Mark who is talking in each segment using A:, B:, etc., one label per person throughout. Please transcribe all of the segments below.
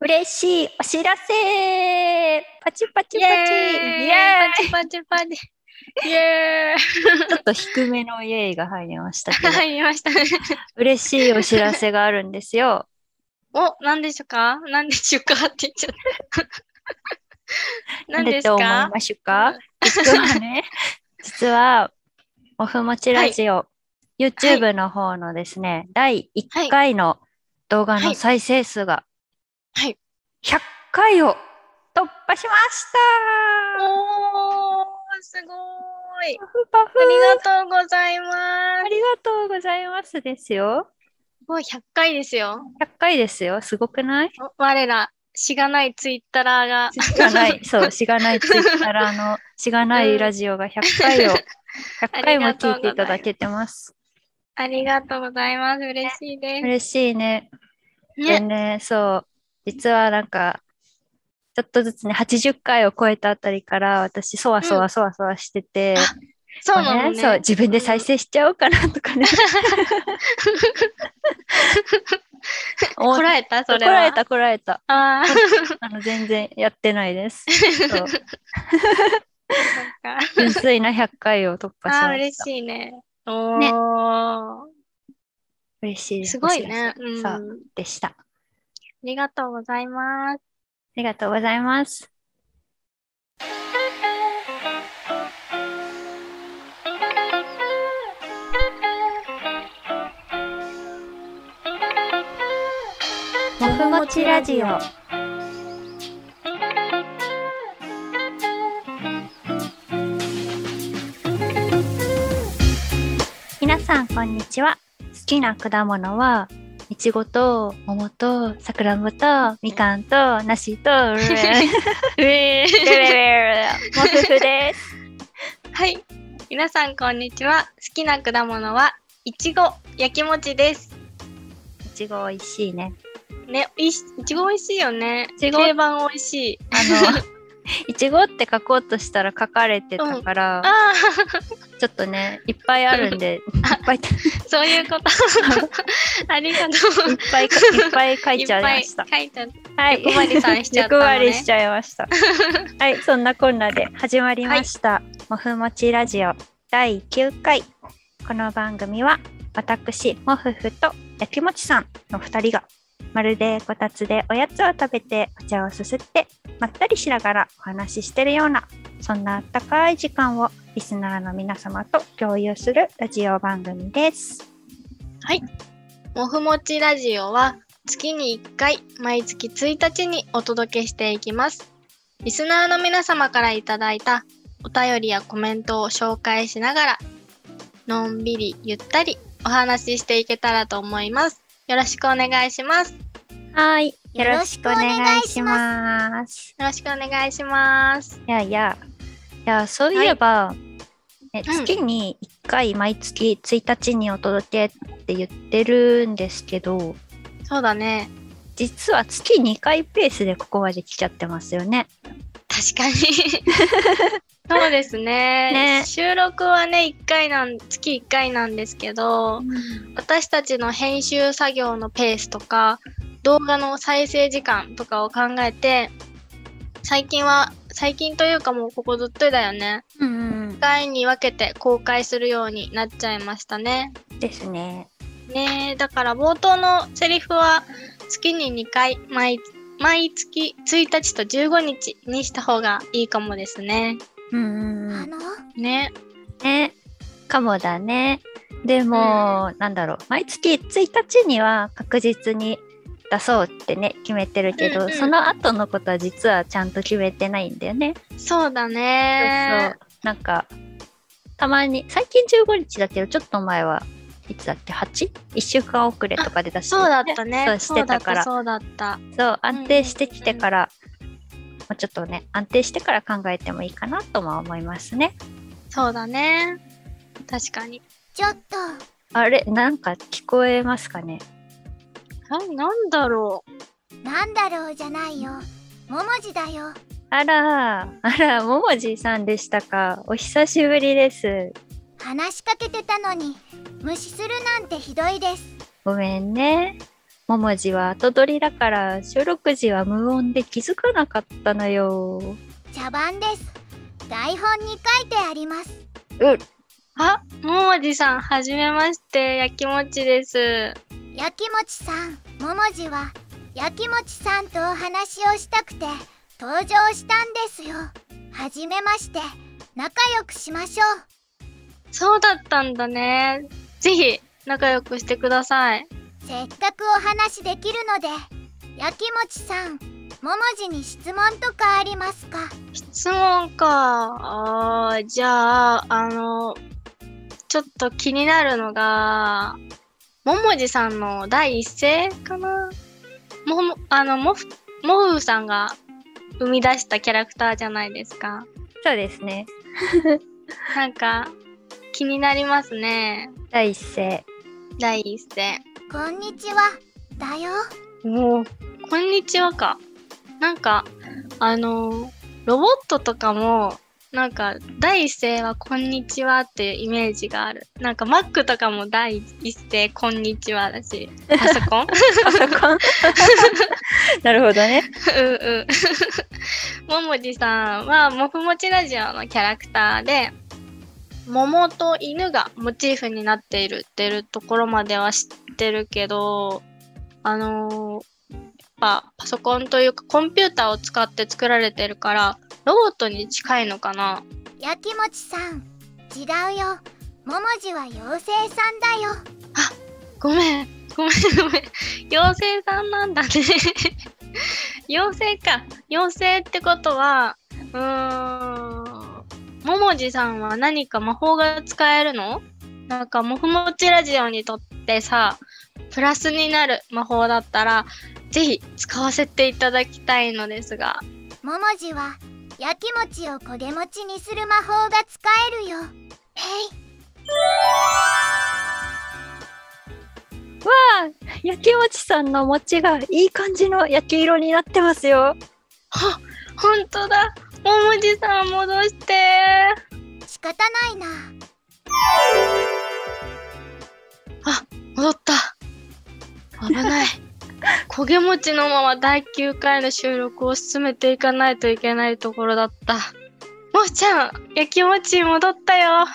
A: 嬉しいお知らせパチパチパチ
B: イエーイパチパチパチ。イエ
A: ーイちょっと低めのイエーイが入りましたけ
B: ーイ
A: ど、
B: 入りましたね。
A: 嬉しいお知らせがあるんですよ。
B: お、何でしょうか何でしょうかって言っちゃった。何です
A: なんだと思
B: か
A: いましょうか実はね、 実は、オフもちラジオ、YouTube の方のですね、第1回の動画の再生数が、
B: はい
A: 100回を突破しました
B: おー、すごーい。
A: パフパフ
B: ありがとうございま
A: あ
B: す。
A: りがとうございますですよ。
B: もう100回ですよ。
A: 100回ですよ。すごくない
B: お我ら、しがないツイッターが。
A: しが ない、そう、しがないツイッターの、しがないラジオが100回を、100回も聞いていただけてます。
B: ありがとうございます。嬉しいです。
A: 嬉しいね。で
B: ね、
A: ね、そう、実はなんか、ちょっとずつね、80回を超えたあたりから、私、そわそわそわそわしてて、
B: そうなの
A: こうねそう、
B: ね。
A: 自分で再生しちゃおうかなとかね、
B: こらえたそ
A: こ
B: れは。
A: らえた、こらえた。
B: ああ、
A: あの、全然やってないです。そう、
B: なんか。
A: 純粋な100回を突破しました。
B: あー、嬉
A: い。
B: しいね。おー。
A: 嬉しいですす。
B: ごいね。
A: お知ら
B: う
A: せ
B: ん。
A: さあ
B: あ、
A: でした。あ
B: りがとうございます。
A: りがとうございます。もふもちラジオ。皆さんこんにちは。好きな果物はいちごと桃とさくらんぼとみかんと梨とうえ
B: え
A: うえうえもふふです。
B: はい。皆さん、こんにちは。好きな果物は、いちご、焼きもちです。
A: いちごおいしいね。
B: ね、いしいちご美味しいよね。
A: ちご
B: 定番美味しい。
A: あ のいちごって書こうとしたら書かれてたから、
B: あ
A: ちょっとねいっぱいあるん でいっぱいいっ
B: あ、 そういうこと。 ありがとう。
A: ぱいいっぱい書いちゃいました
B: っ。ぱい書いちゃっ
A: はい、
B: 欲張りさんしちゃったのね
A: 欲張りしちゃいま した。はい、そんなこんなで始まりました。もふもちラジオ第9回。この番組は私、もふふとやきもちさんの2人がまるでこたつでおやつを食べてお茶をすすってまったりしながらお話ししてるようなそんなあったかい時間をリスナーの皆様と共有するラジオ番組です。
B: もふもちラジオは月に1回毎月1日にお届けしていきます。リスナーの皆様からいただいたお便りやコメントを紹介しながらのんびりゆったりお話ししていけたらと思います。よろしくお願いします。よ
A: はい、よ
B: よ
A: ろ
B: ろ
A: し
B: し
A: く
B: く
A: お
B: お
A: 願
B: 願
A: い
B: い
A: し
B: し
A: ます。
B: ろしくお願いします。
A: いやいや、いや、そういえば、ね
B: うん
A: 月に1回毎月1日にお届けって言ってるんですけど、
B: そうだね。
A: 実は月2回ペースでここまで来ちゃってますよね。
B: 確かに。そうですね
A: ね
B: 収録はね、1回なん、月1回なんですけど、私たちの編集作業のペースとか動画の再生時間とかを考えて最近は最近というかもうここずっとだよね
A: うんうん
B: 1回に分けて公開するようになっちゃいましたね
A: うん、ですね。
B: ねえだから冒頭のセリフは月に2回毎毎月1日と15日にした方がいいかもですね
A: うんうんうん
C: の
B: ね
A: ね、かもだね。でも、なんだろう、毎月1日には確実に出そうってね、決めてるけど、
B: うんうん
A: その後のことは実はちゃんと決めてないんだよね。
B: そうだ
A: そう
B: ね
A: そうなんかたまに最近15日だけどちょっと前はいつだっけ 8?1 週間遅れとかで出して
B: そうだったね
A: そうしてたから
B: そうだったそうだった
A: そう安定してきてから、もうちょっとね安定してから考えてもいいかなとも思いますね
B: そうだね。確かに。
C: ちょっと
A: あれなんか聞こえますかね
B: あ、なんだろう。
C: なんだろうじゃないよももじだよ
A: あらあらももじさんでしたかお久しぶりです
C: 話しかけてたのに無視するなんてひどいです
A: ごめんねももじは後取りだから収録時は無音で気づかなかったのよ。
C: 茶番です台本に書いてあります
A: うん。
B: あ、ももじさん、はじめまして、やきもちです。
C: やきもちさんももじはやきもちさんとお話をしたくて登場したんですよはじめまして仲良くしましょ
B: そうだったんだね。ぜひ、仲良くしてください。
C: うせっかくお話できるのでやきもちさんももじに質問とかありますか
B: 質問か。あーじゃあ、あの、ちょっと気になるのが、ももじさんの第一声かなもも、あの、もふ、もふさんが生み出したキャラクターじゃないですか。
A: そうですね。
B: なんか、気になりますね。
A: 第一声。
B: 第一声。
C: こんにちはだよ
B: もう、こんにちはか。なんか、あの、ロボットとかも、なんか、第一声はこんにちはっていうイメージがある。なんか、マックとかも第一声こんにちはだし、パソコン
A: パソコン なるほどね。
B: うんうん。 ももじさんは、もふもちラジオのキャラクターで、桃と犬がモチーフになっているっていうところまでは知ってるけど、あのーやっぱパソコンというかコンピューターを使って作られてるから、ロボットに近いのかな
C: やきもちさん違うよももじは妖精さんだよ
B: ごめん、ごめん、ごめん。妖精さんなんだね。 妖精か。妖精ってことは、うーん、ももじさんは何か魔法が使えるのなんか、もふもちラジオにとってさ、プラスになる魔法だったら、ぜひ使わせていただきたいのですが。
C: ももじはやきもちをこでもちにする魔法が使えるよへ
A: わあ、焼きもちさんの餅がいい感じの焼き色になってますよ。
B: はほんとだ。ももじさん戻して。
C: い仕方ないな
B: 戻った危 ない焦げ餅のまま第9回の収録を進めていかないといけないところだったもっちゃん焼き餅に戻ったよ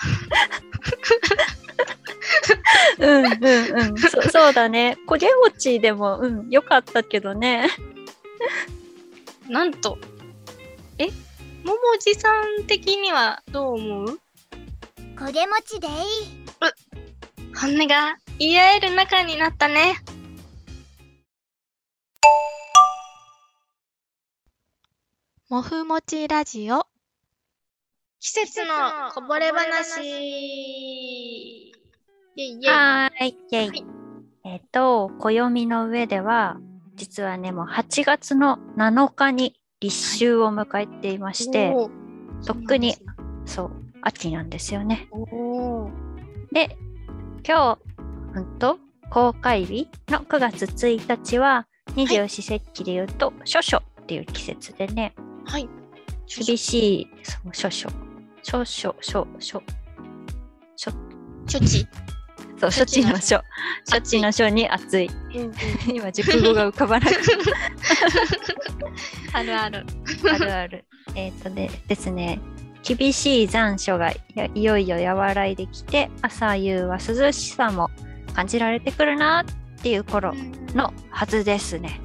A: うんうんうん。 そそうだね。焦げ餅でも、うん、良かったけどね。
B: なんとえももじさん的にはどう思う
C: こでもちでいい
B: 本音が言い合える仲になったねもふもちラジオ季節のこぼれ話イエイイエイ
A: はーい、イェイ。
B: はい
A: えっ、と、暦の上では、実はね、もう8月の7日に立秋を迎えていまして、
B: おー
A: とっくにそう、秋なんですよね。
B: おお
A: で、今日、うんと、公開日の9月1日は、二十四節気で言うと、処暑っていう季節でね、
B: はい
A: 厳しい、その処暑、処暑、処暑、
B: 処置
A: そう、
B: 処
A: 処
B: 置
A: 置
B: の
A: の処、処置の処に暑い。今、熟語が浮かばなくて
B: あるある
A: あるある。 えっとでですね、厳しい残暑がやいよいよ和らいできて、朝夕は涼しさも感じられてくるなっていう頃のはずですね。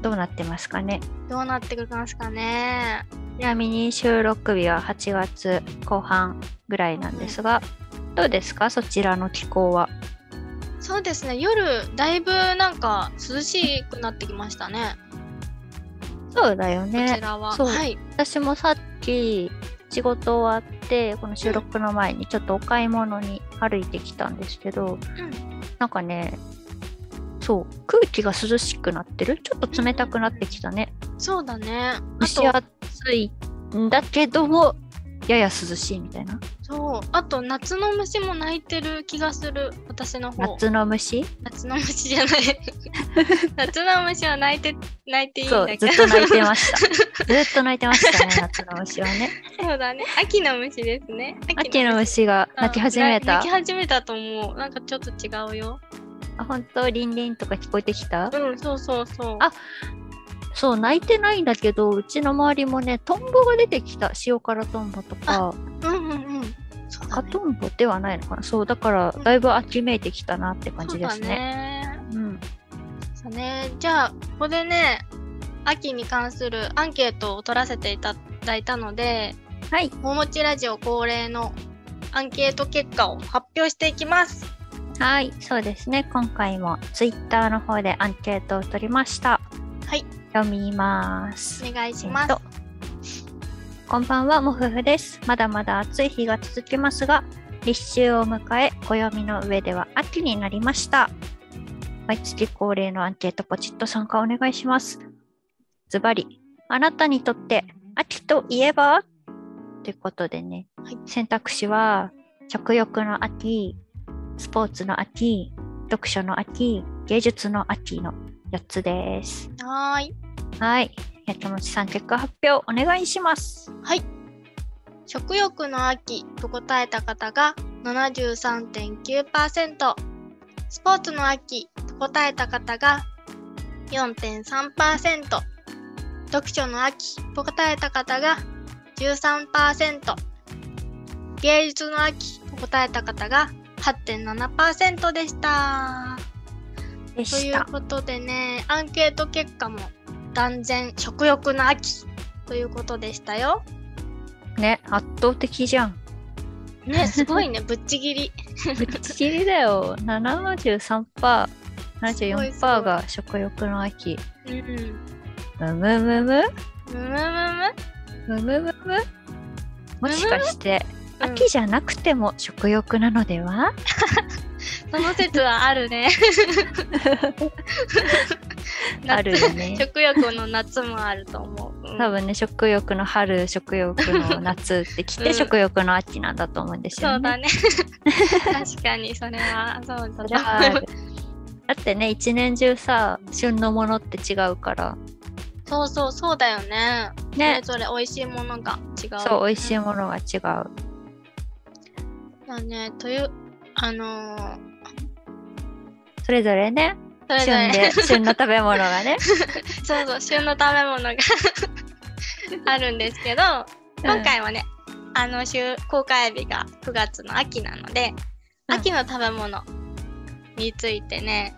A: どうなってますかね。
B: どうなってくますかね
A: ちなみに収録日は8月後半ぐらいなんですが、どうですかそちらの気候は。
B: そうですね夜だいぶなんか涼しくなってきましたね
A: そうだよ
B: こち
A: ね。
B: らは
A: そう
B: はい
A: 私もさっき仕事終わってこの収録の前にちょっとお買い物に歩いてきたんですけど、
B: うん
A: なんかねそう空気が涼しくなってるちょっと冷たくなってきたね
B: そうだね
A: 蒸
B: あ
A: し
B: と
A: 暑いんだけどもやや涼しいみたいな
B: そうあと夏の虫も鳴いてる気がする私の方
A: 夏の虫
B: 夏の虫 じゃない夏の虫は鳴いて鳴いていいん
A: そう
B: だけ
A: ず
B: ど
A: っと泣いてま したずっと泣いてましたね夏の虫はね
B: そうだね。秋の虫ですね。
A: 秋の虫が
B: うん
A: 泣き始めた
B: 泣き始めたと思う。なんかちょっと違うよ。
A: あ本当リンリンとか聞こえてきた
B: うん、そうそうそう。
A: あそう泣いてないんだけどうちの周りもねトンボが出てきた塩辛トンボとか
B: うんうんうん。そうだ
A: 赤
B: ね。
A: トンボではないのかなそうだから
B: うん
A: だいぶ秋めいてきたなって感じ
B: そう
A: で
B: だ
A: すね。
B: ね。
A: うん、
B: そうね。じゃあ、ここでね、秋に関するアンケートを取らせていただいたので、
A: はい
B: ももちラジオ恒例のアンケート結果を発表していきます。
A: はいそうですね今回もツイッターの方でアンケートを取りました。
B: はい
A: 読みます。
B: お願いします。
A: えっとこんばんは、もふふです。まだまだ暑い日が続きますが、立秋を迎え、暦の上では秋になりました。毎月恒例のアンケートポチッと参加お願いします。ズバリ、あなたにとって秋といえばということでね、
B: はい
A: 選択肢は食欲の秋、スポーツの秋、読書の秋、芸術の秋の4つです。
B: はーい。
A: はい。やきもちさん、結果発表お願いします。
B: 食欲の秋と答えた方が73.9%スポーツの秋と答えた方が4.3%読書の秋と答えた方が13%芸術の秋と答えた方が8.7%でした。
A: で
B: と
A: し
B: いう
A: た。
B: ことでねアンケート結果も断然食欲の秋ということでしたよ。
A: ね、圧倒的じゃん。
B: ね、すごいね、ぶっちぎり。
A: ぶっちぎりだよ。73%、
B: すごい
A: 74%が食欲の秋。
B: うん。む
A: むむむむ
B: むむ
A: む
B: む。
A: むむむもしかして、
B: うん
A: 秋じゃなくても食欲なのでは
B: その説はあるね。
A: あるよね
B: 夏。食欲の夏もあると思う。うん
A: 多分ね、食欲の春、食欲の夏ってき
B: う
A: て、
B: ん
A: 食欲の秋なんだと思うんです
B: そ
A: よ
B: う
A: ね
B: だ。ね。確かに、それは。そう
A: それ
B: だ
A: はあ るだってね一年中さ旬のものって違うから
B: そうそう、そうだよね。
A: ね
B: それぞれ美味しいものが違う。
A: そう美味しいものが違う
B: だね。という、あのー、
A: それぞれね
B: それぞ
A: 旬
B: れ、
A: で旬の食べ物が ね、
B: そうそう、旬の食べ 物があるんですけど、今回はね、あの週公開日が9月の秋なので、
A: うん
B: 秋の食べ物についてね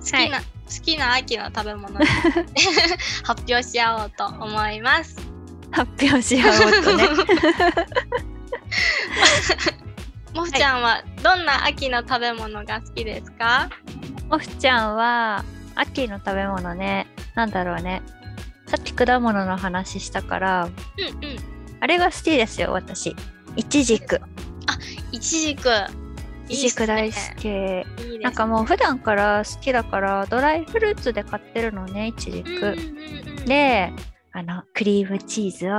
B: 好きな、
A: は
B: 好きな秋の食べ 物に発表し合おうと思います。
A: うん発表し合おうとね
B: もふちゃんはどんな秋の食べ物が好きですか？
A: もふちゃんは秋の食べ物ねなんだろうねさっき果物の話したから
B: うんうん。
A: あれが好きですよ私いちじく
B: いちじく。
A: いちじく大好き
B: き。いいですね
A: なんかもう普段から好きだからドライフルーツで買ってるのねいちじ
B: うん
A: く、
B: うんうんうん。
A: であのクリームチーズを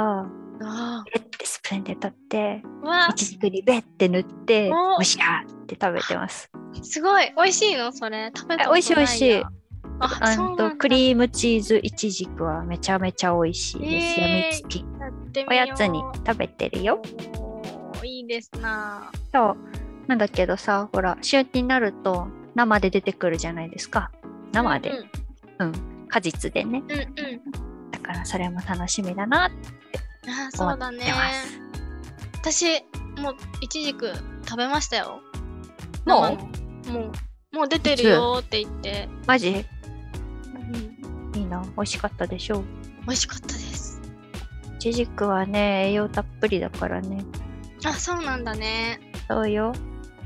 B: あ
A: ペッてスプーンで取って
B: ーわ
A: いちじくにベッて塗って
B: お
A: むしゃーって食べてます。
B: すごい美味しいのそれ食べた
A: あ
B: ことな
A: 美味し
B: い
A: い美味しい
B: な。あ
A: あ
B: そうなん
A: ん
B: だ
A: とクリームチーズいちじくはめちゃめちゃ美味しいですよ。
B: えー
A: みつき
B: やってみよう
A: おやつに食べてるよ。
B: おーいいですな。
A: そうなんだけどさほら旬になると生で出てくるじゃないですか。生
B: う
A: で、
B: ん
A: 果実でね。
B: うんうん
A: だからそれも楽しみだなって
B: うん。あー
A: 思
B: そ
A: っ
B: う
A: て
B: だね。
A: ます。
B: 私もういちじく食べましたよ。
A: もう
B: うもうもう出てるよーって言って、
A: マジ
B: うん、
A: いいな美味しかったでしょう。
B: 美味しかったです。
A: いちじくはね栄養たっぷりだからね。
B: あそうなんだね。
A: そうよ。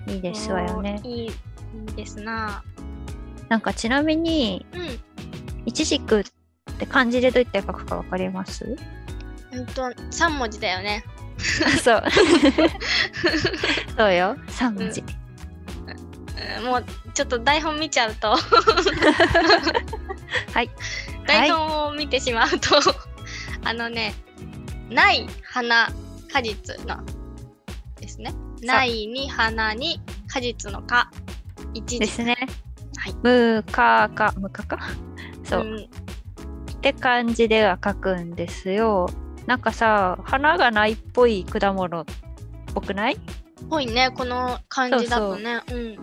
A: いいですわよね
B: お。ーいいいいですな。
A: なんかちなみに、
B: うん。
A: いちじくって漢字でどういった絵書くかわかります
B: うんと三文字だよね。
A: そう。そうよ。3文字。
B: うんもうちょっと台本見ちゃ うと
A: はい。
B: 台
A: は
B: 本を見てしまうとあのねない花果実のですねないに花に果実の果一
A: い。で
B: 時
A: すね。
B: はい
A: むかか、むかか。そう。
B: ん
A: って漢字では書くんですよ。なんかさ、花がないっぽい果物っぽくない
B: ぽいねこの感じだとねうん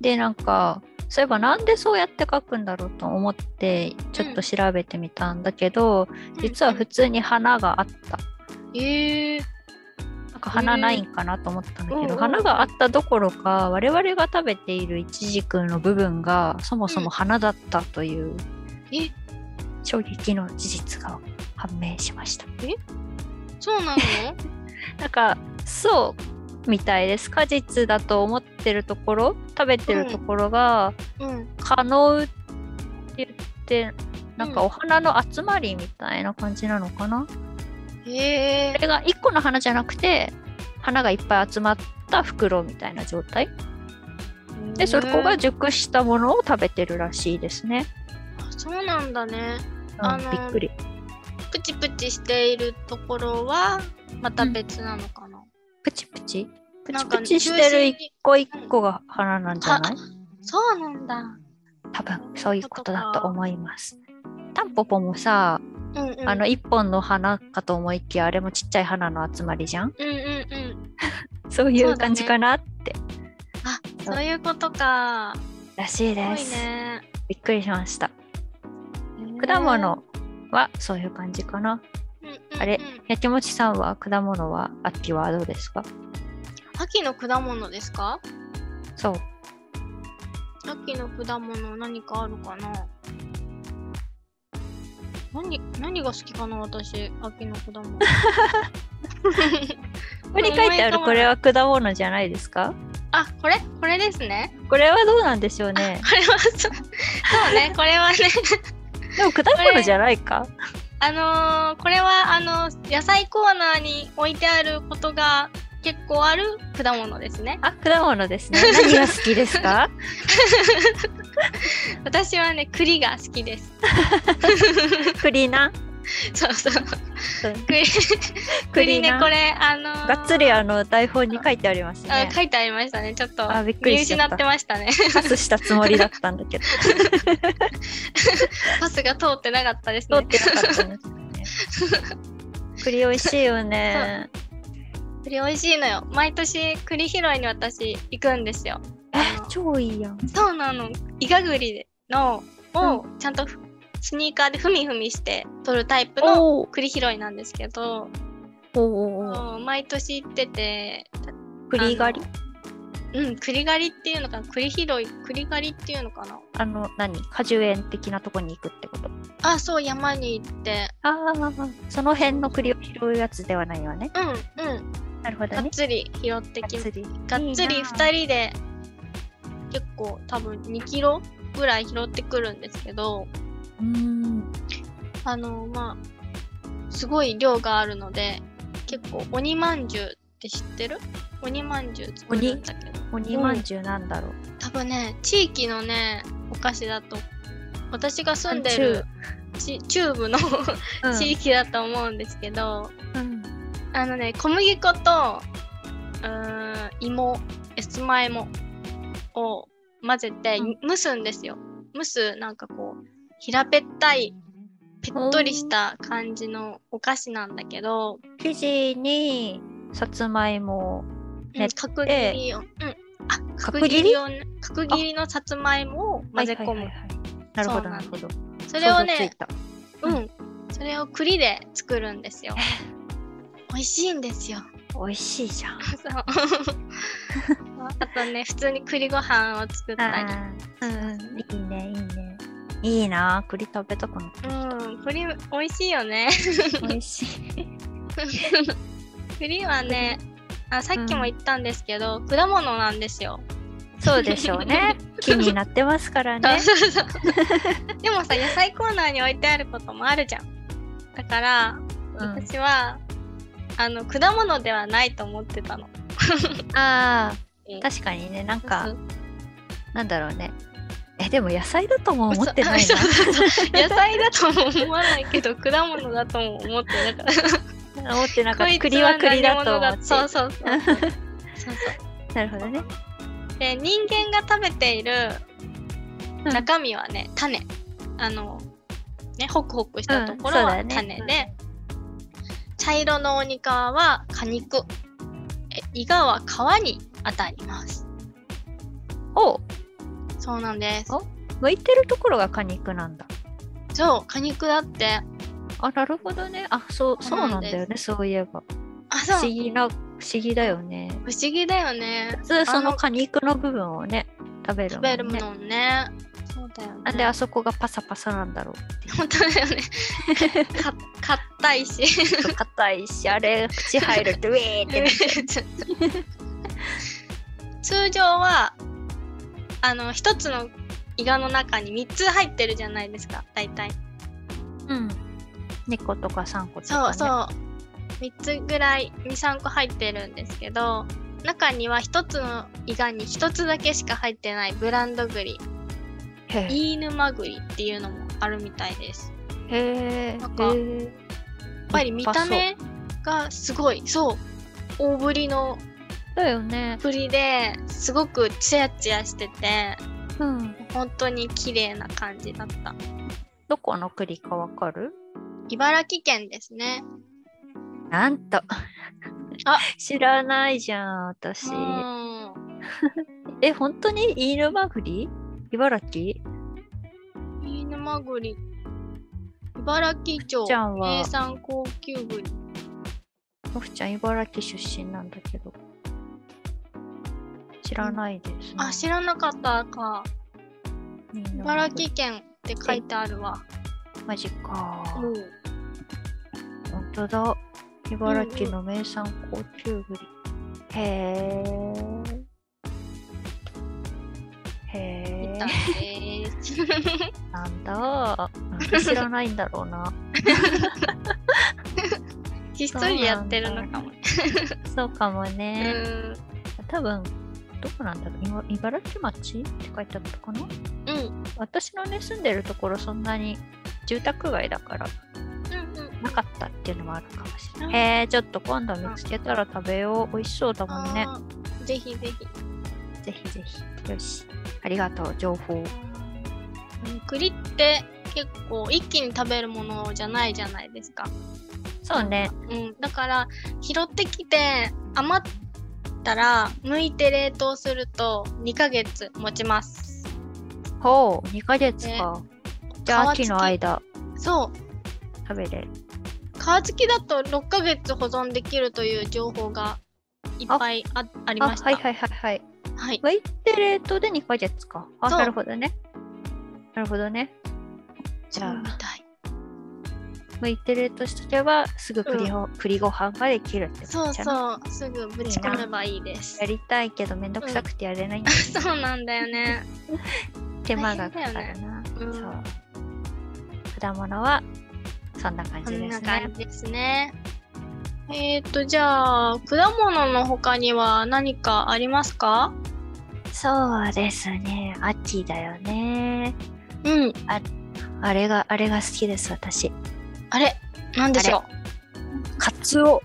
A: でなんかそういえばなんでそうやって書くんだろうと思ってちょっと調べてみたんだけど、実は普通に花があった。
B: えー、
A: なんか花ないんかなと思ったんだけ
B: うんうん
A: ど、
B: うん
A: 花があったどころか我々が食べているイチジクの部分がそもそも花だったという
B: え
A: 衝撃の事実が判明しました。
B: そうなの
A: なんかそうみたいです果実だと思ってるところ食べてるところが
B: うん。
A: 可能って言ってなんか
B: うん
A: お花の集まりみたいな感じなのかな、
B: え
A: それが1個の花じゃなくて花がいっぱい集まった袋みたいな状態
B: ー、
A: でそこが熟したものを食べてるらしいですね、
B: あそうなんだね。
A: うん
B: あのー
A: びっくり
B: プチプチしているところはまた別なのかな。
A: プチプチプ
B: な
A: チ
B: んか
A: プチしてる
B: 中心
A: 一
B: に
A: 個一個が花なんじゃない
B: そうなんだ。
A: 多分そういうことだと思いますタンポポもさ
B: うんうん。
A: あの一本の花かと思いきやあれもちっちゃい花の集まりじゃん
B: うんうんうん。
A: そうい
B: そう
A: う
B: だね
A: 感じかなって、
B: あ、そういうことか。
A: らしい
B: すご
A: で
B: い
A: す、
B: ね。
A: びっくりしました果物はそういう感じかな
B: うんうんうん
A: あれやきもちさんは果物は秋はどうですか
B: 秋の果物ですか
A: そう
B: 秋の果物何かあるかな何何が好きかな私秋の果 物
A: ここに書いてある
B: 思い浮かばない
A: これは果物じゃないですか
B: あこれこれですね
A: これはどうなんでしょうね
B: これはそうそうねこれはね
A: でも果物じゃないか
B: あのーこれはあの野菜コーナーに置いてあることが結構ある果物ですね
A: あ果物ですね 何が好きです か
B: 私はね栗が好きです
A: 栗な
B: そうそう
A: そう
B: 栗栗
A: 栗
B: ね
A: な
B: これあのー
A: がっつりあの台本に書いてあります
B: あ
A: ね
B: 書いてありましたねちょっと
A: あびっく
B: 見
A: りしち
B: 失
A: ゃった
B: ってましたね
A: パスしたつもりだったんだけ ど
B: パスが通ってなかったです
A: 通
B: ね
A: ってなかったんですよね。栗美味しいよね。
B: 栗美味しいのよ毎年栗拾いに私行くんですよ
A: え超いいやん。
B: そうなのイガグリのをちゃんとふスニーカーでふみふみして取るタイプの
A: おお
B: 栗拾いなんですけど
A: おお。
B: そう毎年行ってて
A: 栗狩り？
B: りうん栗狩りっていうのかな栗拾い栗狩りっていうのかな
A: あの何？果樹園的なとこに行くってこと。
B: あそう山に行って
A: ああ、その辺の栗を拾うやつではないわね。
B: うんうん
A: なるほど
B: がっ
A: ね。
B: つり拾ってきま
A: り。
B: がっつり
A: 人。
B: 2人で結構多分2キロぐらい拾ってくるんですけど
A: うん。
B: あのまあすごい量があるので結構鬼まんじゅうって知ってる鬼まんじゅう作るんだけど
A: 鬼まんじゅうなんだろう。
B: 多分ね地域のねお菓子だと私が住んでるち中部の
A: うん
B: 地域だと思うんですけど、
A: うん。
B: あのね小麦粉とうーん芋えつまいもを混ぜて
A: うん
B: 蒸すんですよ蒸すなんかこう平べったいぺっとりした感じのお菓子なんだけど、
A: 生地にさつまいも。
B: うん
A: 練っ、
B: 角切りを、うん、あ角
A: 角
B: 切
A: 切
B: り
A: り
B: をね角切りのさつまいもを混ぜ込む、
A: はいはいはいはい。なるほどなるほど。
B: それを
A: 想像つ
B: ね
A: いた
B: う
A: うん
B: んそれを栗で作るんですよ 美味しいんですよ
A: 美味しいじゃん。
B: そう あとね普通に栗ご飯を作 った
A: う
B: り
A: んいいねいいねいいな栗食べたくなっ
B: うん、栗美味しいよね。
A: た美味しい
B: 栗はね、あさっきも言ったんですけど、果物なんですよ。
A: そうでしょうね 気になってますからね
B: そうそうそうでもさ、野菜コーナーに置いてあることもあるじゃん。だから、
A: うん
B: 私は、あの果物ではないと思ってたの。
A: あー確かにねなんかなんだろうねえでも野菜だとも思ってない
B: そうそうそうそう野菜だとも思わないけど、果物だとも思ってなかった。
A: な 思ってなかっ
B: こ
A: た
B: いつ
A: 栗は栗だと思
B: 何
A: っ
B: 者そう
A: て
B: そうそう。そうそ う
A: なるほどね
B: で人間が食べている
A: うん
B: 中身はね、種あのねホクホクしたところ
A: う
B: は
A: んそうだ
B: 種で、
A: ね
B: 茶色のお肉は果肉えイガは皮に当たります
A: お
B: そうなんです。
A: 向いてるところが果肉なんだ。
B: そう、果肉だって。
A: あ、なるほどね。あ、そう、そ
B: そうう
A: な
B: なんんです
A: だよね。そういえば。
B: あ、
A: 不
B: そ
A: 思
B: う。
A: 議な、不思議だよね。
B: 不思議だよね
A: 普。通そ
B: あ
A: の
B: の
A: 果肉の部分をね、食べるも
B: 食
A: んね。
B: べるものね。そうだよね。
A: なんであそこがパサパサなんだ ろう。
B: 本当だよ ね。か、硬い し。
A: ちょっと硬いし、あれ、口入るとウェーってなっちゃう。
B: 通常はあの一つの胃がの中に3つ入ってるじゃないですか大体
A: うん。2個とか3個とか、
B: そ
A: ね。
B: うそう3つぐらい23個入ってるんですけど中には1つの胃がに1つだけしか入ってないブランド栗
A: へえ。
B: 飯沼栗っていうのもあるみたいです
A: へえ。
B: なんか
A: へえや
B: やっぱり見た目がすごいそう大ぶりの
A: だよね。
B: 栗ですごくツヤツヤしてて
A: うん。
B: 本当に綺麗な感じだった
A: どこの栗かわかる
B: 茨城県ですね。
A: なんと。
B: あ
A: 知らないじゃん、私
B: う。ん。
A: え、本当に飯沼栗茨城
B: 飯沼栗。茨城町
A: ちゃんは
B: 名産高級栗。
A: もふちゃん、茨城出身なんだけど。知らないです、ね
B: あ、知らなかったか。
A: 飯沼
B: 茨
A: 栗
B: 城県って書いてあるわ。
A: マジか。
B: うん。
A: 本当だ。茨城の名産高級栗。へえ。へ
B: みた
A: え。
B: いです。
A: なんだ。なんで知らないんだろう な。
B: ひっそりやってるのかもね。
A: そうかも
B: う
A: ね。
B: ん。
A: 多分どこなんだろう。今茨城町って書いてあったかな。
B: うん。
A: 私のね住んでるところそんなに住宅街だから
B: うんうん。
A: なかったっていうのもあるかもしれ
B: うん
A: ない。へえ、ちょっと今度見つけたら食べよう。美味しそうだもんね。
B: あーぜひぜひ。
A: ぜひぜひ。よし。ありがとう、情報。
B: うん栗って結構一気に食べるものじゃないじゃないですか。
A: そうね。
B: うん、だから拾ってきて余ったら剥いて冷凍すると2ヶ月持ちます
A: ほう、2ヶ月か。じゃあ、秋
B: 皮付き
A: の間
B: そう
A: 食べれる。
B: 皮付きだと6ヶ月保存できるという情報がいっぱいああり
A: あ、
B: ました
A: はいはいはいはい。
B: はい
A: まいて冷凍で2ヶ月か。あ、
B: そう
A: なるほどね。なるほどね。じゃ
B: そうみ
A: あ、
B: たい
A: むいて冷凍しとけば、すぐ栗ご,、栗ご飯ができるってこ
B: そ
A: と
B: う
A: じゃない
B: そうすぐぶち込めばいいです
A: やりたいけど、めんどくさくてやれないんだよね
B: そうなんだよね
A: 手間がかかるな。
B: 大
A: そう
B: うん
A: 果物は、そんな感
B: こ
A: じ
B: ん
A: で
B: な
A: す
B: 感
A: ね。
B: じですねえっ、ー、とじゃあ果物の他には何かありますか
A: そうですね。秋だよね。
B: うん
A: あれが、あれが好きです、私。
B: あれなんでしょう
A: カツオ。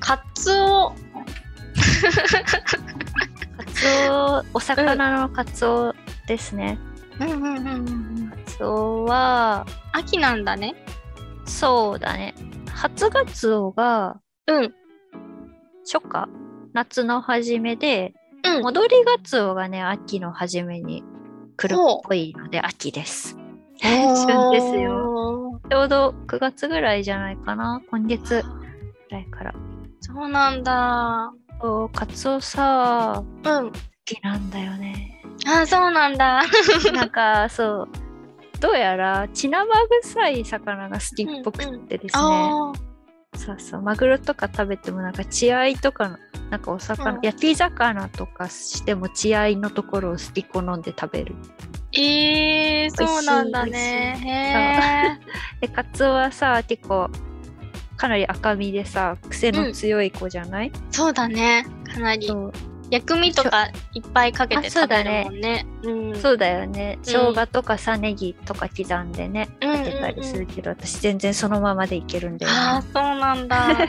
B: カツオ
A: カツオ、お魚のカツオですね。
B: うんうんうんうんうん
A: カツオは、
B: 秋なんだね
A: そうだね。初ガツオが
B: うん
A: 初夏夏の初めで、
B: うん
A: 戻りガツオがね、秋の初めに来るっぽいので、秋です。 旬ですよ。
B: よ
A: ちょうど9月ぐらいじゃないかな。今月ぐらいから。
B: そうなんだ
A: そうカツオさ、
B: うん
A: 好きなんだよね。
B: あそうなんだ
A: なんかそうどうやら血生臭い魚が好きっぽくってですね、
B: あー
A: そうそうマグロとか食べてもなんか血合いとかのなんかお魚、
B: うん
A: 焼き魚とかしても血合いのところを好き好んで食べる
B: えー、そうなんだね
A: でカツオはさ結構かなり赤身でさ癖の強い子じゃない、
B: へーそうだねかなり
A: そう
B: 薬味とかいっぱいかけて
A: あそう
B: 食
A: だ
B: べ
A: ね
B: るもんねうん
A: そうだよね生姜とかさ、ネギとか刻んでね
B: うんうん
A: かけたりするけど、私全然そのままでいけるんだよね
B: あーそうなんだ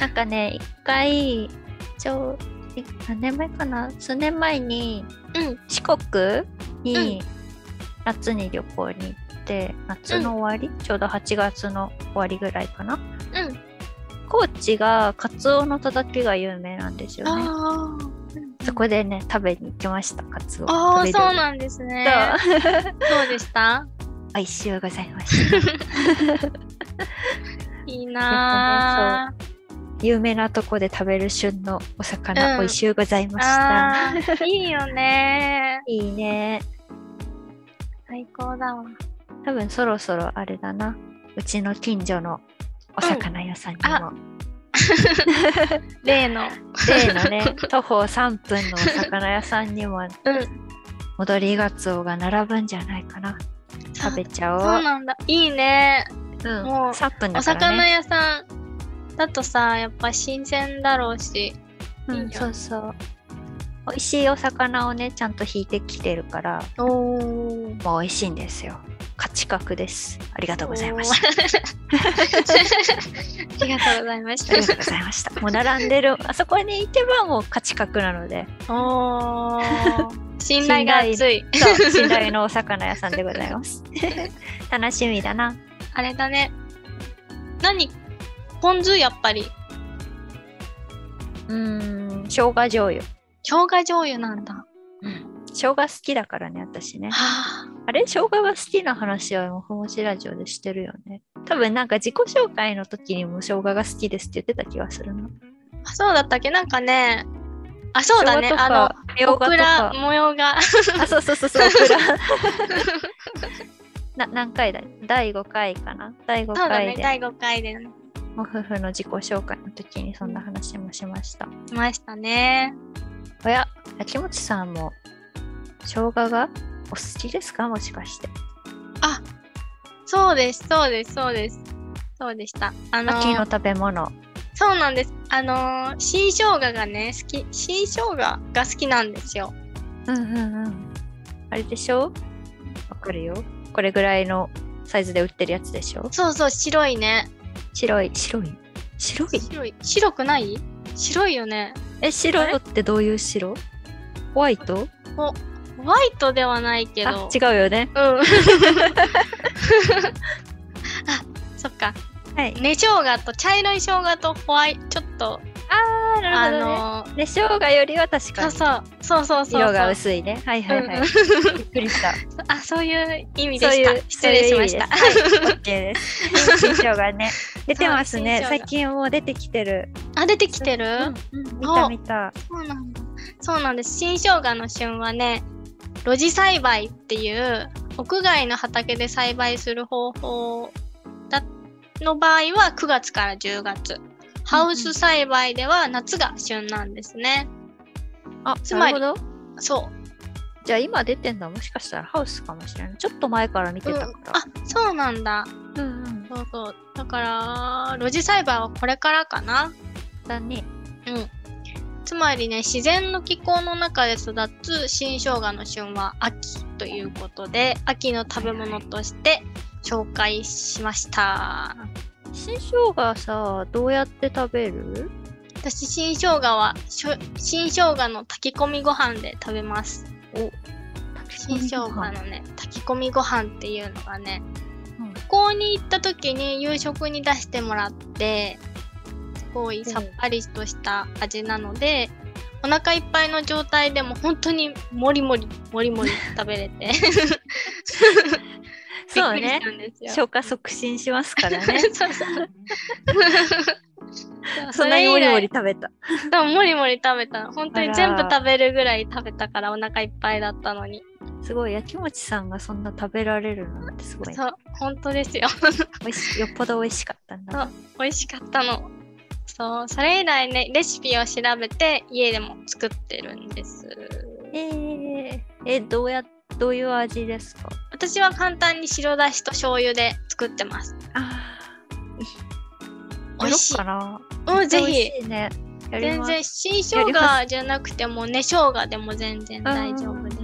A: なんかね、一回、ちょう、え何年前かな数年前に、
B: うん
A: 四国に、夏に旅行に行って、夏の終わり、ちょうど8月の終わりぐらいかな
B: うん
A: 高知がカツオのたたきが有名なんですよね。
B: あー
A: そこでね食べに行きましたカツオ
B: ああ、
A: 食べる
B: そうなんですね。
A: そう
B: どうでした
A: 美味しゅうございました
B: いいなぁ。
A: 有名なとこで食べる旬のお魚、
B: うん
A: 美味しゅうございました
B: あーいいよね
A: いいね
B: 最高だわ。
A: 多分そろそろあれだなうちの近所のお魚屋さんに も、
B: 例の。
A: 例のね徒歩3分のお魚屋さんにも、戻りがつおが並ぶんじゃないかな食べちゃおう
B: そうなんだ。いいね。
A: うん、
B: もう
A: 3分だか
B: お
A: ら
B: 魚
A: ね
B: 屋さんだとさ、やっぱ新鮮だろうし。
A: う
B: いい
A: ん、
B: じ
A: そ
B: ゃ
A: うそう美味しいお魚をねちゃんと引いてきてるから
B: おー。
A: もう美味しいんですよ価値格ですありがとうございました
B: た。ありがとうございまし
A: ありがと
B: た。
A: うございま した。もう並んでる、あそこに行けばもう価値格なので、
B: おー。信頼が厚い。
A: そう、信頼のお魚屋さんでござい ます。楽しみだな。
B: あれだね。何ポン酢やっぱり。
A: うーん、生姜醤油。
B: 生姜醤油なんだ。
A: 生姜好きだからね、私ね。
B: は
A: あれ生姜が好きな話はもふもちラジオでしてるよね。多分なんか自己紹介の時にも生姜が好きですって言ってた気がするな。
B: あ、そうだったっけなんかね。あ、そうだね。
A: 生姜と
B: あ
A: か
B: の、、
A: みょう
B: オ
A: がと
B: クラ
A: か。
B: 模様が。
A: あ、そうそうそうそう、オク ラ。な何回だ第5回かな第5
B: そうだ
A: 回
B: ね。
A: で
B: 第5回でね。
A: も夫婦の自己紹介の時にそんな話もしました。
B: 来ましたね。
A: おや、秋元さんも生姜がお好きですかもしかして。
B: そうです、そうです、そうです。そうでした。あのー
A: 秋の食べ物。
B: そうなんです。あのー新生姜がね、好き、新生姜が好きなんですよ。
A: うんうんうん。あれでしょわかるよ。これぐらいのサイズで売ってるやつでしょ
B: そうそう、白いね。
A: 白い、白い。白い
B: 白い。白くない白いよね。
A: え、白ってどういう白ホワイト
B: ホワイトではないけ
A: あ
B: ど、。
A: 違うよね。
B: うん。 あ、そっか。
A: はい。
B: ね生姜と茶色い生姜とホワイちょっと、
A: あー、な
B: あ
A: るほどね。
B: のー
A: ね、生姜よりは確か
B: そう
A: に
B: そうそうそうそう
A: 色が薄いね。はいはいはい。びっくりした。
B: あそういう意味で
A: そう
B: し
A: い
B: た
A: う
B: 失礼しました
A: そういう意味ですはい、OK です。新生姜 ね、出てますね。
B: そう新生姜
A: 最近もう出てきてる。
B: あ出てきてる、
A: うん見た見た。
B: そうなんだそうなんです新生姜の旬はね露地栽培っていう屋外の畑で栽培する方法だの場合は9月から10月ハウス栽培では夏が旬なんですね、
A: あ、
B: つまり
A: なるほど。
B: そ
A: じゃあ今出てんだ。もしかしたらハウスかもしれない。ちょっと前から見
B: う、
A: て
B: うん、
A: た
B: あ
A: から。
B: そうなんだ
A: うんうん。
B: そうそうだから露地栽培はこれからかな
A: だね。
B: うん。つまりね、自然の気候の中で育つ新生姜の旬は秋ということで、秋の食べ物として紹介しました。
A: 新生姜さ、どうやって食べる？
B: 私、新生姜はしょ新生姜の炊き込みご飯で食べます。新生姜のね、炊き込みご飯っていうのがね、
A: うん
B: 旅行に行った時に夕食に出してもらって、すごいさっぱりとした味なので、お腹いっぱいの状態でも本当にもりもりもりもり食べ れて
A: そう
B: びっ
A: ね
B: く。りしたんですよ
A: 消化促進します からね。
B: そうそう
A: そんなにもりもり
B: それ以
A: 食べた。
B: 来でももりもり食べた本当
A: あ
B: に
A: ら
B: 全部食べるぐらい食べたからお腹いっぱいだったのに
A: すごいやきもちさんがそんな食べられるなんてすごいね。
B: そう本当ですよ
A: 美味しいよっぽど美味しかったんだな。
B: 美味しかったのそうそれ以来ねレシピを調べて家でも作ってるんです
A: えー、えどうやどういう味ですか
B: 私は簡単に白だしと醤油で作ってます
A: あ
B: 美味しい
A: やろうかな
B: うんぜひ
A: ひねやり
B: 全
A: ます
B: 然新生姜じゃなくてもね生姜でも全然大丈夫です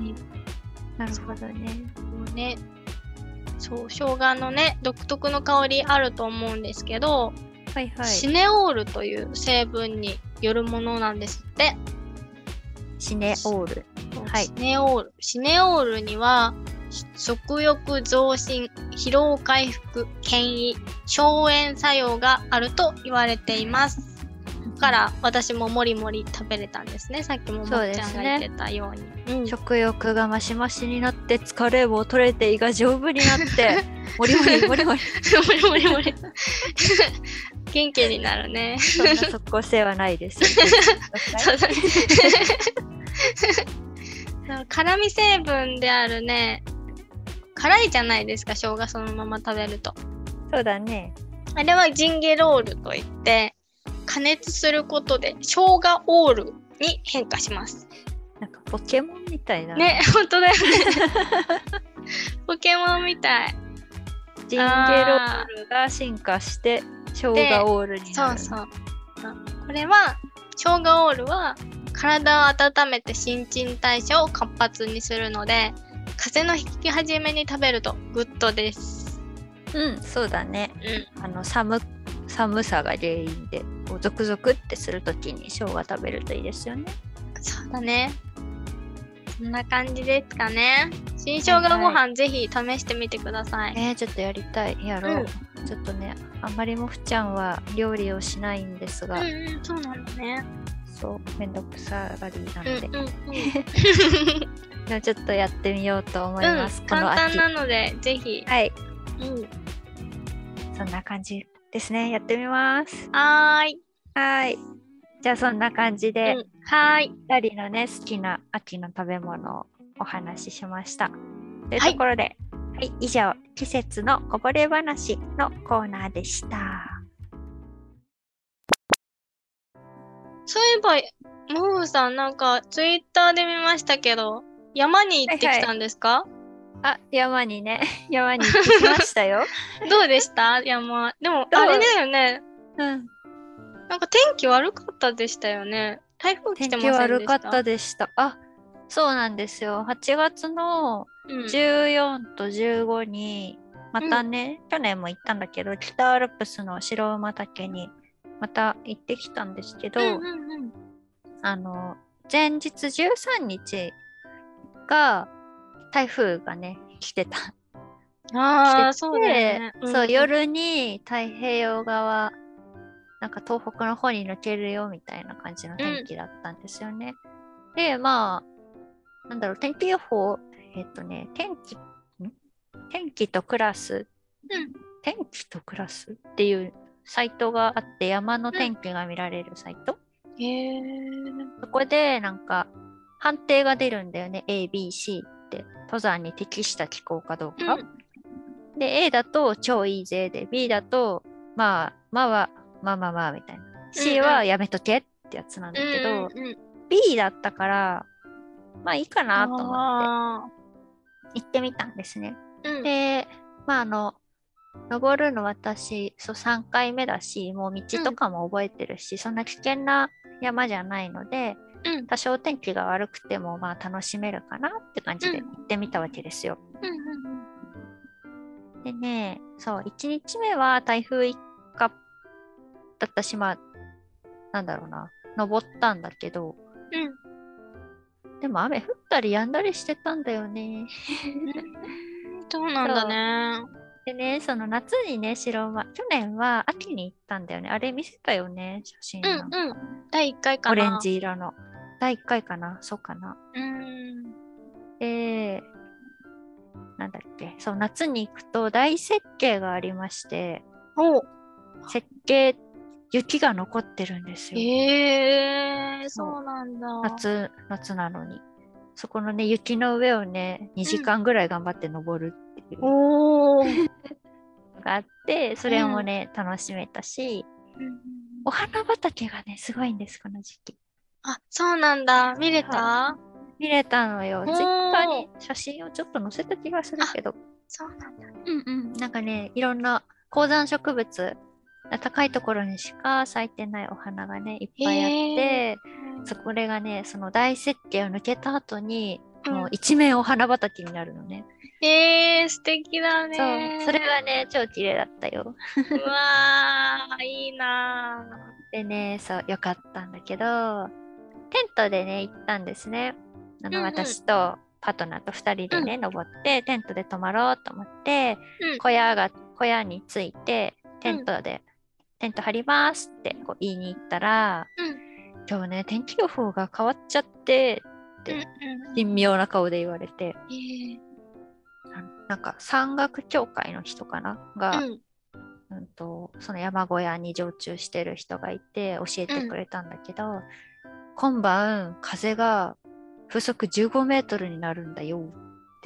A: なるほどね
B: もうねそう生姜のね独特の香りあると思うんですけど、
A: はいはい
B: シネオールという成分によるものなんですって
A: シネオールはい
B: シネオール。シネオールには、食欲増進、疲労回復、健胃、消炎作用があると言われています。から私ももりもり食べれたんですねさっきももっちゃんが言ってたようにうん
A: 食欲がマシマシになって疲れも取れて胃が丈夫になって もりもりもりもり
B: もり もりもり元気になるね
A: そんな即効性はないです。
B: そう だねそう辛味成分であるね辛いじゃないですか生姜そのまま食べると
A: そうだね。
B: あれはジンゲロールといって加熱することで生姜オールに変化します
A: なんかポケモンみたいな。
B: ね本当だよね ポケモンみたい
A: ジンゲロールが進化して生姜オールに
B: そ
A: な
B: う
A: る。
B: そうこれは生姜オールは体を温めて新陳代謝を活発にするので風邪の引き始めに食べるとグッドです
A: うん、そうだね。
B: うん
A: あの寒寒さが原因でこうゾクゾクってするときに生姜食べるといいですよね。
B: そうだねそんな感じですかね新生姜ご
A: は
B: 飯ぜひ試してみてください、
A: ねちょっとやりたいやろう。ちょっとねあんまりもふちゃんは料理をしないんですが、
B: うんうんそうなんだね
A: そうめんどくさがりな
B: うん
A: ので、
B: うんうん
A: じゃあちょっとやってみようと思い
B: うん
A: ます。この
B: 簡単
A: 秋
B: なのでぜひ
A: はい
B: うん
A: そんな感じですねやってみます。
B: はーい
A: はいじゃあそんな感じで、
B: うんはーい
A: 二人のね好きな秋の食べ物をお話ししました。という
B: はい
A: ところで、はい、以上季節のこぼれ話のコーナーでした。
B: そういえば、モフさん、なんか、ツイッターで見ましたけど、山に行ってきたんですか、
A: あ山に ね山に行ってきましたよ。
B: どうでした山。でも、
A: どう
B: あれだよね。
A: うん、
B: なんか天気悪かったでしたよね。台風来
A: 天
B: てま
A: 気
B: せんでした
A: 悪かった。でした。あそうなんですよ。8月の
B: うん、
A: 14と15にまたね、去年も行ったんだけど北アルプスの白馬岳にまた行ってきたんですけど、
B: うんうんうん
A: あの前日13日が台風がね来てた。
B: あ
A: 来てて
B: あ、そうだよね。ん
A: そう。夜に太平洋側なんか東北の方に抜けるよみたいな感じの天気だったんですよね。でまあなんだろう天気予報えっとね天気ん天気とクラス、
B: うん
A: 天気とクラスっていうサイトがあって山の天気が見られるサイト、
B: へえ。
A: そこでなんか判定が出るんだよね ABC って登山に適した気候かどう
B: う
A: か。
B: ん
A: で A だと超いいぜで B だとまあまあはまあまあまあみたいな C はやめとけってやつなんだけど、
B: うんうん
A: B だったからまあいいかなと思っ
B: あ
A: て行ってみたんですね。
B: ーうん
A: でまああの登るの私そう3回目だしもう道とかも覚えてるし、そんな危険な山じゃないので、
B: うん
A: 多少天気が悪くてもまあ楽しめるかなって感じで行ってみたわけですよ。
B: うんうん
A: でね、そう、1日目は台風一過だったし、まあ、なんだろうな、登ったんだけど、
B: うん
A: でも雨降ったりやんだりしてたんだよね。
B: うんそうなんだね。
A: でね、その夏にね、白馬、去年は秋に行ったんだよね。あれ見せたよね、写真の。
B: うんうん。第一回かな。
A: オレン。ジ色の。第1回かなそうかな。
B: うん。
A: で、なんだっけ、そう、夏に行くと大雪景がありまして、
B: お
A: 雪景、雪が残ってるんですよ。
B: ええー、
A: そう
B: そうなんだ。
A: 夏夏なのにそこのね雪の上をね2時間ぐらい頑張って登るっていうの
B: おお。
A: があって、それもね、楽しめたしお花畑がねすごいんですこの時期
B: あ、そうなんだ。見れた。
A: 見れたのよ
B: お
A: ツイ
B: ー
A: ッターに写真をちょっと載せた気がするけど
B: そうなんだ。
A: うんうんなんかねいろんな高山植物高いところにしか咲いてないお花がねいっぱいあってそこれがねその大雪景を抜けた後にもう一面お花畑になるのね、
B: ええー、素敵だね
A: そう、それがね、超綺麗だったよ。
B: うわー、いいな
A: でね、そう、よかったんだけど、テントでね、行ったんですね。あの、
B: うんうん
A: 私とパートナーと2人でね、登って、テントで泊まろうと思って、
B: うん
A: 小屋が、小屋に着いて、テントでテント張りますってこう言いに行ったら、
B: う
A: 今日ね、天気予報が変わっちゃって、
B: うんうん
A: 神妙な顔で言われて、
B: えー
A: なんなんか山岳協会の人かなが、
B: うん
A: うんとその山小屋に常駐してる人がいて教えてくれたんだけど、今晩風が風速15メートルになるんだよ。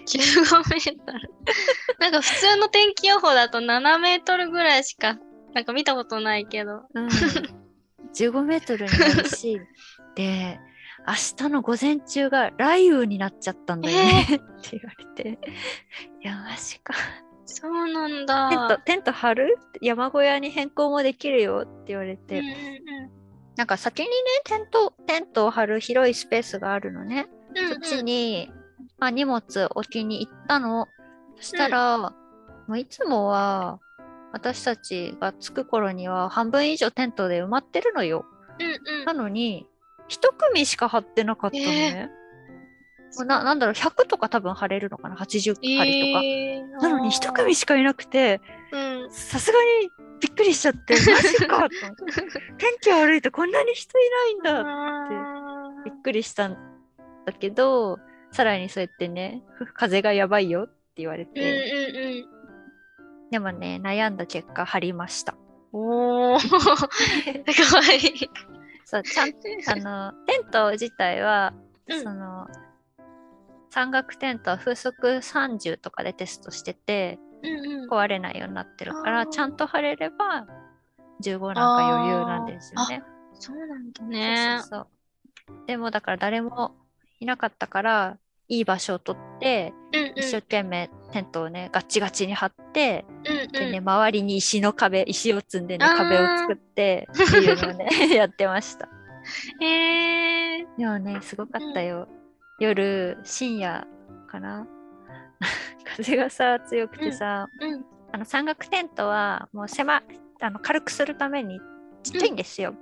B: 15メートル。 なんか普通の天気予報だと7メートルぐらいしか、なんか見たことないけど。
A: うん、15メートルになる しで明日の午前中が雷雨になっちゃったんだよね、って言われていやマジか
B: そうなん
A: テント
B: だ。
A: テント張るって山小屋に変更もできるよって言われて、
B: うんうん
A: なんか先にねテントテントを張る広いスペースがあるのね。
B: うんうん
A: そっち
B: うん
A: に、まあ、荷物置きに行ったの。そしたら、もういつもは私たちが着く頃には半分以上テントで埋まってるのよ。
B: うん
A: なのに、一組しか張ってなかったのね。もうななんだろう、100とか多分張れるのかな、80張
B: えー
A: りとか。なのに一組しかいなくて、
B: うん。
A: さすがにびっくりしちゃって、マジか と思って。天気悪いとこんなに人いないんだ
B: あ
A: びっくりしたんだけどさらにそうやってねふ風がやばいよって言われ
B: ーうん
A: て、
B: うんうん。
A: でもね悩んだ結果張りま した
B: お お、かわいい。
A: そうちゃんあのテント自体は、
B: うん
A: その山岳テントは風速30とかでテストしてて
B: うんうん。
A: 壊れないようになってるか
B: あ
A: ら
B: ー
A: ちゃんと張れれば15なんか余裕なんですよね。
B: そうなんだ
A: そう
B: ね。
A: そうそうでもだから誰もいなかったからいい場所を取って
B: うんうん。
A: 一生懸命テントをねガッチガチに張って、
B: うん
A: で
B: う
A: ね
B: ん。
A: 周りに石の壁石を積んでね
B: あー
A: 壁を作ってっていうのを ね やってました
B: えー、
A: でもねすごかったよ、夜深夜かな 風がさ強くてさ、
B: うん。
A: あの山岳テントはもう狭あの軽くするためにちっちゃいんですよ、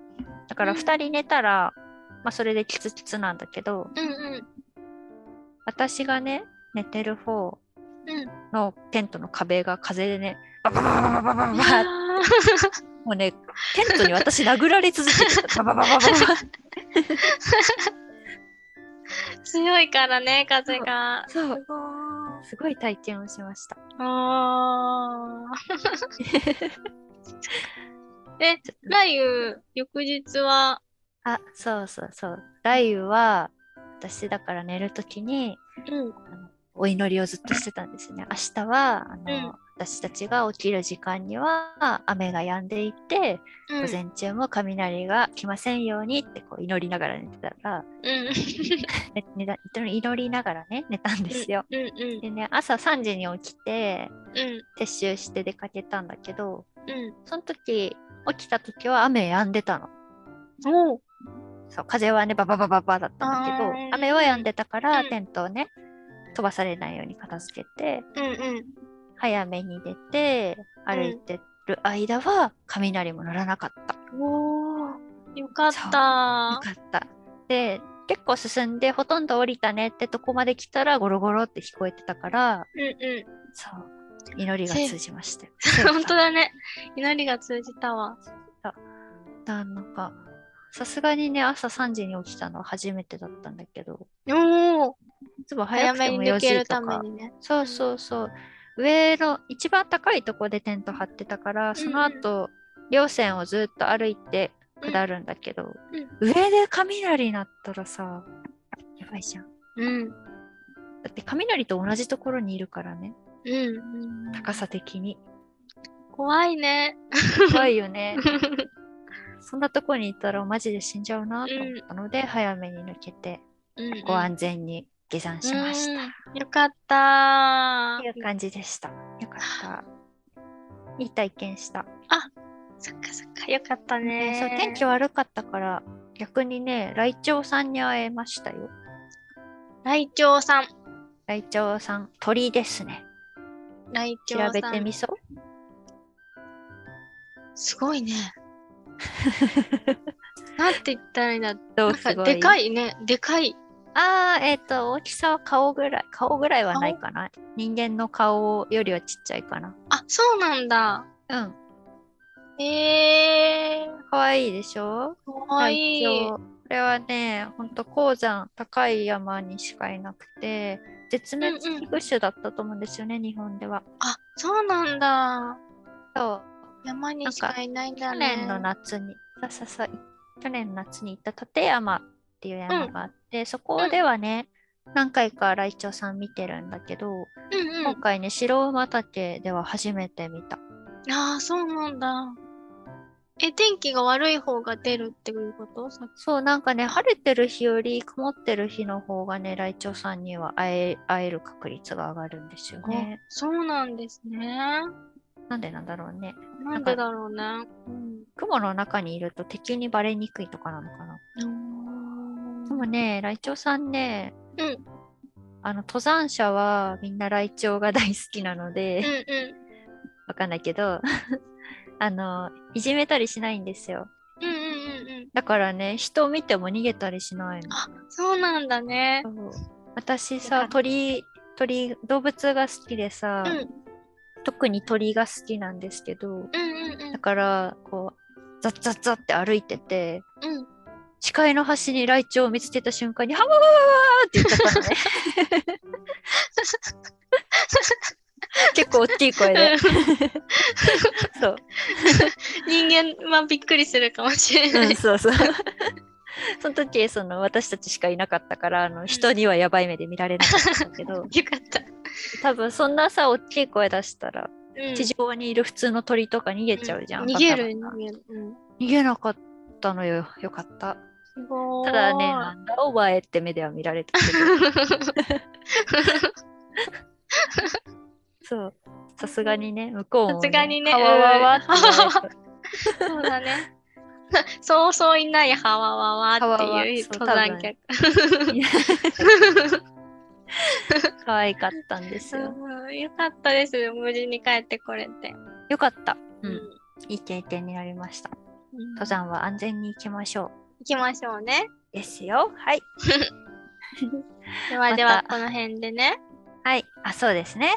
A: だから
B: うん
A: 2人寝たら、まあ、それでキツキツなんだけど
B: うんうん。
A: 私がね寝てる方
B: うん。
A: のテントの壁が風でねバババババババババ
B: あ
A: もうね、テントに私殴られ続けてた。ババババババ
B: ー強いからね、風が。
A: そう、
B: おー
A: すごい体験をしました。
B: あ あ。え、雷雨、翌日は、
A: あ、そうそうそう。雷雨は、私だから寝るときに、
B: うん、
A: お祈りをずっとしてたんですね。明日は、あの、
B: うん
A: 私たちが起きる時間には雨が止んでいて、
B: う
A: 午
B: ん、
A: 前中も雷が来ませんようにってこう祈りながら寝てたら、
B: うん、
A: ね寝た祈りながらね、寝たんですよ。
B: うん、うん、
A: でね、朝3時に起きて、
B: うん、
A: 撤収して出かけたんだけど、
B: うん。
A: その時起きた時は雨止んでたの。
B: お
A: そう風はねバババババだったんだけ
B: あ
A: ど
B: ー
A: 雨は止んでたから、
B: うん
A: テントをね飛ばされないように片付けて
B: うん、うん。
A: 早めに出て歩いてる間は雷も鳴らなかった。
B: おーよか
A: よ
B: った。
A: かった。で結構進んでほとんど降りたねってとこまで来たらゴロゴロって聞こえてたから
B: うん、う
A: そう祈りが通じましたよ。
B: ん。 本当だね。祈りが通じたわ。
A: だなんかさすがにね朝3時に起きたのは初めてだったんだけど
B: おお
A: いつも早
B: 早
A: くて
B: め
A: も
B: に
A: 4
B: 抜け
A: 時
B: る
A: と
B: ため
A: か
B: にね。
A: そうそうそう上の一番高いとこでテント張ってたからその後、稜線をずっと歩いて下るんだけど、上で雷鳴ったらさやばいじゃん
B: うん、
A: だって雷と同じところにいるからね
B: うん。
A: 高さ的に
B: 怖い ね。
A: 怖いよねそんなとこにいたらマジで死んじゃうなと思ったので、早めに抜けて
B: うん
A: ご安全に下山しました。
B: うんよかった
A: という感じでした。よか った。いい体験した。
B: そっかそっか、よかった
A: ね
B: ね。
A: そう天気悪かったから逆にね、ライチョウさんに会えましたよ。
B: ライチョウさん。
A: ライチョウさん、鳥ですね。
B: ライチ
A: 調
B: ョウ
A: べ
B: さ
A: て
B: ん。
A: みそう。
B: すごいね。 なんて言ったらいいんだ。
A: ど
B: な
A: うんすご
B: か
A: い
B: でか
A: い。
B: いね。でかい。
A: ああ、えっ、と、大きさは顔ぐらい。顔ぐらいはないかな。人間の顔よりはちっちゃいかな。
B: あ、そうなんだ。
A: うん。
B: えー、
A: かわいいでしょ
B: かわいい。
A: これはね、ほんと高山、高い山にしかいなくて、絶滅
B: うんうん
A: 危惧種だったと思うんですよね、日本では。
B: あ、そうなんだ。
A: そう、
B: 山にしかいないんだ
A: 去
B: ね。
A: 年の夏に、さささ、去年の夏に行った立山っていう山があって、そこではね、何回かライチョウさん見てるんだけど、
B: うんう
A: 今回ね、白馬岳では初めて見た。
B: ん。ああ、そうなんだ。え、天気が悪い方が出るっていうことさ
A: そう、なんかね、晴れてる日より曇ってる日の方がね、ライチョウさんには会え会える確率が上がるんですよね。
B: そうなんですね。
A: なんでなんだろうね。
B: なんでだろうね。うん
A: 雲の中にいると敵にバレにくいとかなのかな。でもね、ライチョウさんね、
B: うん
A: あの登山者はみんなライチョウが大好きなの
B: うん
A: で、
B: う
A: わかんないけど、 あの、いじめたりしないんですよ。
B: ん。うんうんうんうん。
A: だからね、人を見ても逃げたりしないの。
B: あ、そうなんだね。
A: 私
B: だか
A: さ
B: ら
A: 鳥鳥動物が好きでさ、
B: うん
A: 特に鳥が好きなんですけど
B: うんうんうん
A: だ。からこうザッザッザッって歩いてて
B: うん。
A: 視界の端にライチョウを見つけた瞬 間に「ハワワワワワ!」って言っちゃった のね結構大きい声でそう、
B: 人間はびっくりするかもしれな
A: う
B: い。
A: ん、そうそう その時その私たちしかいなかったからあの人にはやばい目で見られなかったんだけ ど
B: よかった。
A: 多分そんなさ大きい声出したら
B: うん
A: 地上にいる普通の鳥とか逃げちゃうじゃん。
B: 逃げる、
A: バタバ
B: 逃
A: タ
B: げる。うん。
A: 逃げなかったのよ。よかった。
B: すごー
A: た
B: い。
A: だね、なんだお前って目では見られたけど。 そう。さすがにね、向こうも、
B: さすがにね
A: わわわって
B: そうだね。 そうそういないハワワワっていう登山客。
A: 言われ て可愛かったんですよ。
B: うんよかったです。無事に帰ってこれて。
A: よかった。う
B: うん
A: ん。いい経験になりました。
B: 登
A: 登。山は安全に行きましょ
B: 行きましょうね。
A: う。ですよ。はい。
B: ではでは
A: ま、た
B: この辺でね、
A: はい。あ、そうですね。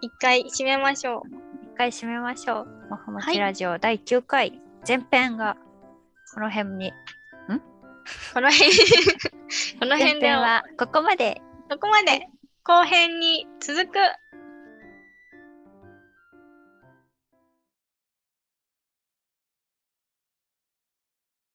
B: 一回締めましょう。
A: 一回締めましょう。もふも
B: は
A: ち
B: い
A: ラジオ第9回、前編がこの辺に。
B: この辺 この
A: 前
B: 辺で
A: 編
B: は
A: はここまで。
B: どこまで後編に続く